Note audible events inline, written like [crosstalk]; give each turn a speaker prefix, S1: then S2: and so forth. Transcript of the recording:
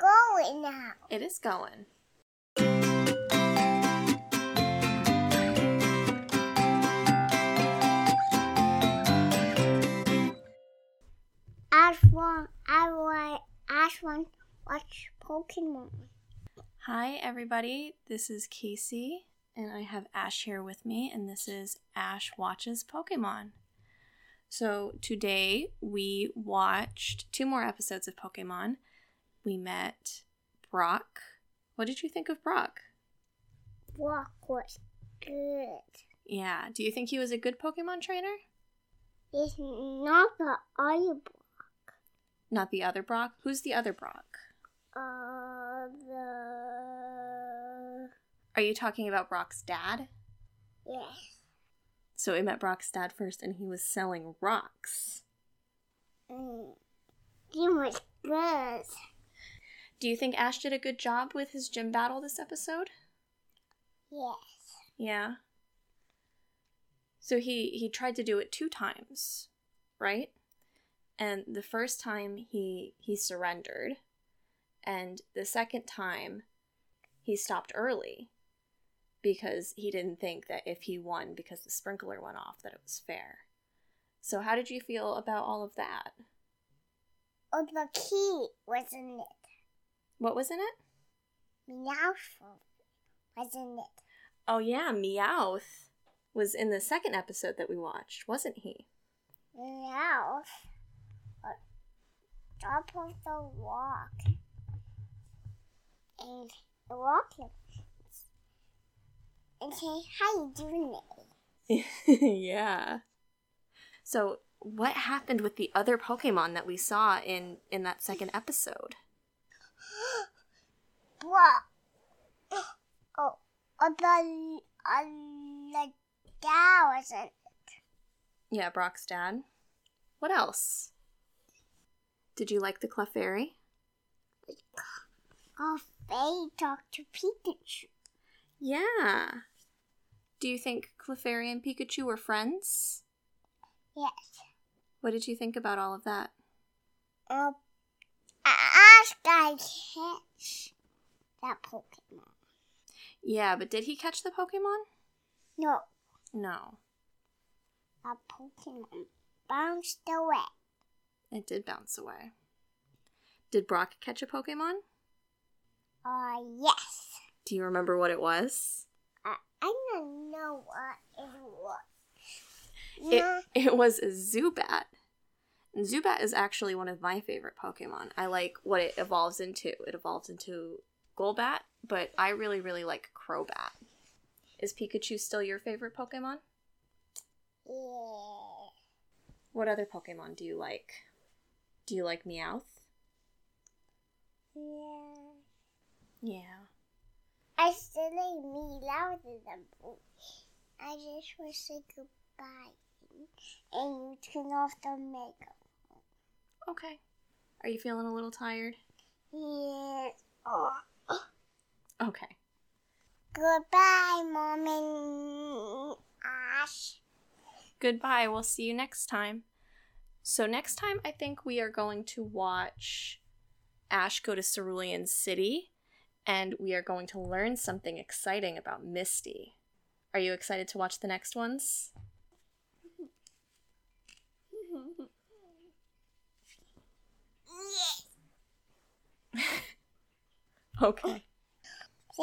S1: right now.
S2: It is going.
S1: I want, I want, I want watch Pokemon.
S2: Hi, everybody. This is Casey, and I have Ash here with me, and this is Ash Watches Pokemon. So, today we watched two more episodes of Pokemon. We met Brock. What did you think of Brock?
S1: Walk was good.
S2: Yeah, do you think he was a good Pokemon trainer?
S1: It's not the audio,
S2: Not the other Brock. Who's the other Brock?
S1: uh, the
S2: Are you talking about Brock's dad?
S1: yes,
S2: So, we met Brock's dad first, and he was selling rocks.
S1: mm. it was good.
S2: Do you think Ash did a good job with his gym battle this episode?
S1: Yes,
S2: Yeah. So he he tried to do it two times, right? And the first time he he surrendered, and the second time he stopped early because he didn't think that if he won because the sprinkler went off that it was fair. So how did you feel about all of that?
S1: oh, the key wasn't it?
S2: What was in it?
S1: Meowth wasn't it?
S2: Oh yeah, Meowth was in the second episode that we watched, wasn't he?
S1: Meowth. uh, Top of the walk. And walking. And say, how you doing it?
S2: [laughs] yeah. So, what happened with the other Pokemon that we saw in in that second episode?
S1: What? [sighs] Oh, oh, the, uh, the dad wasn't.
S2: Yeah, Brock's dad. What else? Did you like the Clefairy?
S1: Oh, Faye talked to Pikachu.
S2: Yeah. Do you think Clefairy and Pikachu were friends?
S1: Yes.
S2: What did you think about all of that?
S1: Um, I asked I catch that Pokemon.
S2: Yeah, but did he catch the Pokemon?
S1: No,
S2: No,
S1: a Pokemon bounced away.
S2: it did bounce away. Did Brock catch a Pokemon?
S1: Uh, yes.
S2: Do you remember what it was?
S1: I, I don't know what it was.
S2: it, it was a Zubat. And Zubat is actually one of my favorite Pokemon. I like what it evolves into. It evolves into Golbat, but I really, really like Crobat. Is Pikachu still your favorite Pokemon?
S1: yeah.
S2: What other Pokemon do you like? Do you like Meowth?
S1: yeah.
S2: Yeah.
S1: I still like me louder than Boo. I just want to say goodbye. And you turn off the makeup.
S2: Okay. Are you feeling a little tired?
S1: Yes. Oh.
S2: Okay.
S1: Goodbye, Mom and Ash.
S2: Goodbye. We'll see you next time. So, next time, I think we are going to watch Ash go to Cerulean City and we are going to learn something exciting about Misty. Are you excited to watch the next ones?
S1: Yes.
S2: Okay.
S1: See